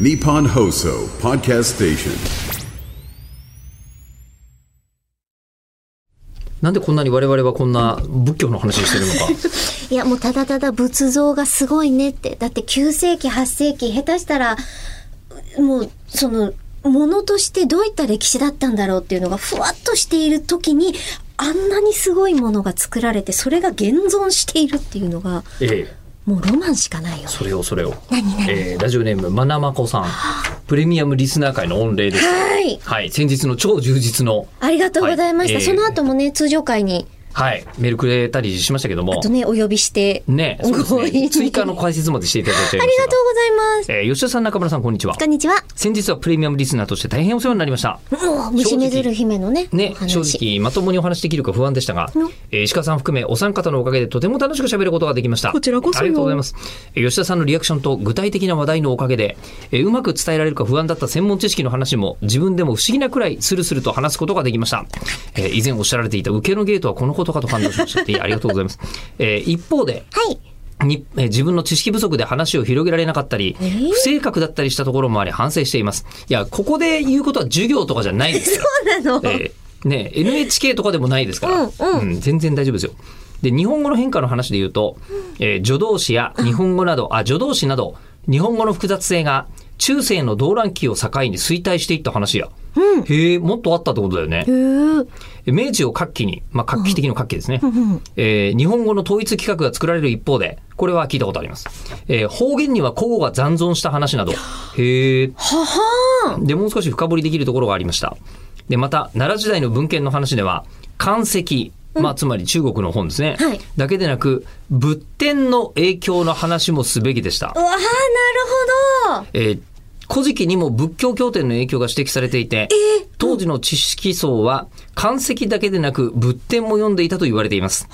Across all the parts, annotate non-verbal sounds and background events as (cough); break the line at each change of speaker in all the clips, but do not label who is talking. Nippon Hoso Podcast Station.
なんでこんなに我々はこんな仏教の話してるの
(laughs)
か。
いやもうただただ仏像がすごいねってだって9世紀8世紀下手したらもうそのものとしてどういった歴史だったんだろうっていうのがふわっとしている時にあんなにすごいものが作られてそれが現存しているっていうのが
ええ、
もうロマンしかないよね。
それをそれを。
何何
えーラジオネームまなまこさん。プレミアムリスナー会の御礼です。
はい
はい、先日の超充実の。
ありがとうございました。
はいええ
その後もね通常会に
はい、メールくれたりしましたけども
と。ねお呼びして
ね、そうです
ご
ね。
一緒に
追加の解説までしていただいちゃい
あ
ま
り
し
が
た
とうございます。
が。えー吉田さん、中村さん、こんにちは
こ。んにちは。
先日はプレミアムリスナーとして大変お世話になりました。
もう虫めずる姫のね
ね
お、話
正直、まともにお話できるか不安でしたが
うん、
えー石川さん含めお三方のおかげでとても楽しく喋ることができました。
こちらこそよ
ありがとうございます。えー吉田さんのリアクションと具体的な話題のおかげで、えーうまく伝えられるか不安だった専門知識の話も自分でも不思議なくらいスルスルと話すことができました。えー以前おっしゃられていた受けのゲートはこのことかと感動しました。
(laughs)
いやありがとうございます。えー一方で、
はい。
にえー自分の知識不足で話を広げられなかったり、
ー
不正確だったりしたところもあり反省しています。いや、ここで言うことは授業とかじゃないですから。
そうなの。
えーね、NHK とかでもないですから、
うんうん
全然大丈夫ですよ。で日本語の変化の話で言うと、えー助動詞や日本語など、あ助動詞など日本語の複雑性が中世の動乱期を境に衰退していった話や、へえもっとあったってことだよね。
へー
明治を活気に、まあ、画期的の活気ですね、えー日本語の統一規格が作られる一方で、これは聞いたことあります。えー方言には古語が残存した話など、へえ。で、もう少し深掘りできるところがありました。で、また、奈良時代の文献の話では、漢石、まあ、つまり中国の本ですね、
はい
だけでなく、仏典の影響の話もすべきでした
う。わあなるほど。
えー古事記にも仏教経典の影響が指摘されていて、当時の知識層は、漢石だけでなく仏典も読んでいたと言われています。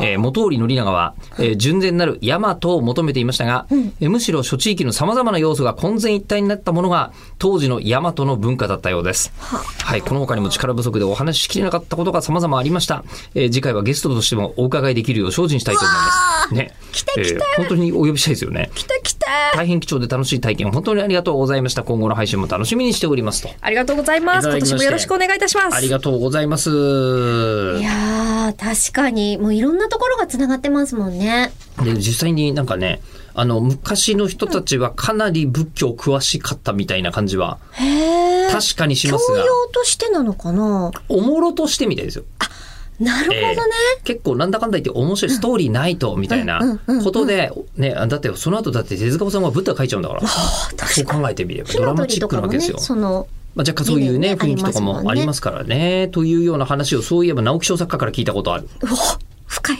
えー元織宣長は、えー純然なる大和を求めていましたが、えーむしろ諸地域の様々な要素が混然一体になったものが、当時の大和の文化だったようです。はい、この他にも力不足でお話ししきれなかったことが様々ありました。えー次回はゲストとしてもお伺いできるよう精進したいと思います。ね。来た来た、えー本当にお呼びしたいですよね。
来た来た。
大変貴重で楽しい体験、本当にありがとうございました。今後の配信も楽しみにしておりますと。
ありがとうございます。
いただ
今
きま
年も
して
よろしくお願いいたしま
あ
す
り。がとうございます。
いやー確かにもういろんなところがつながってますもんね。
で、実際になんかね、あの、昔の人たちはかなり仏教詳しかったみたいな感じは、
へえ。
確かにし
教
ますが、
養としてなのかな。
おもろとしてみたいですよ。
なるほどね。
えー結構なんだかんだ言って面白いストーリーないと、みたいなことで、ね、あだってその後だって手塚治虫はブッダ書いちゃうんだから、そう考えてみれば
火
ドラ
の
マ
鳥
チッ
と
クな
か
わ
も
け
ね
ですよ。
その
まあ、若干そういうね、
理念ね
雰囲気とか
ありますもん
も
ね
ありますからね。というような話を、そういえば直木賞作家から聞いたことある。
うお深い。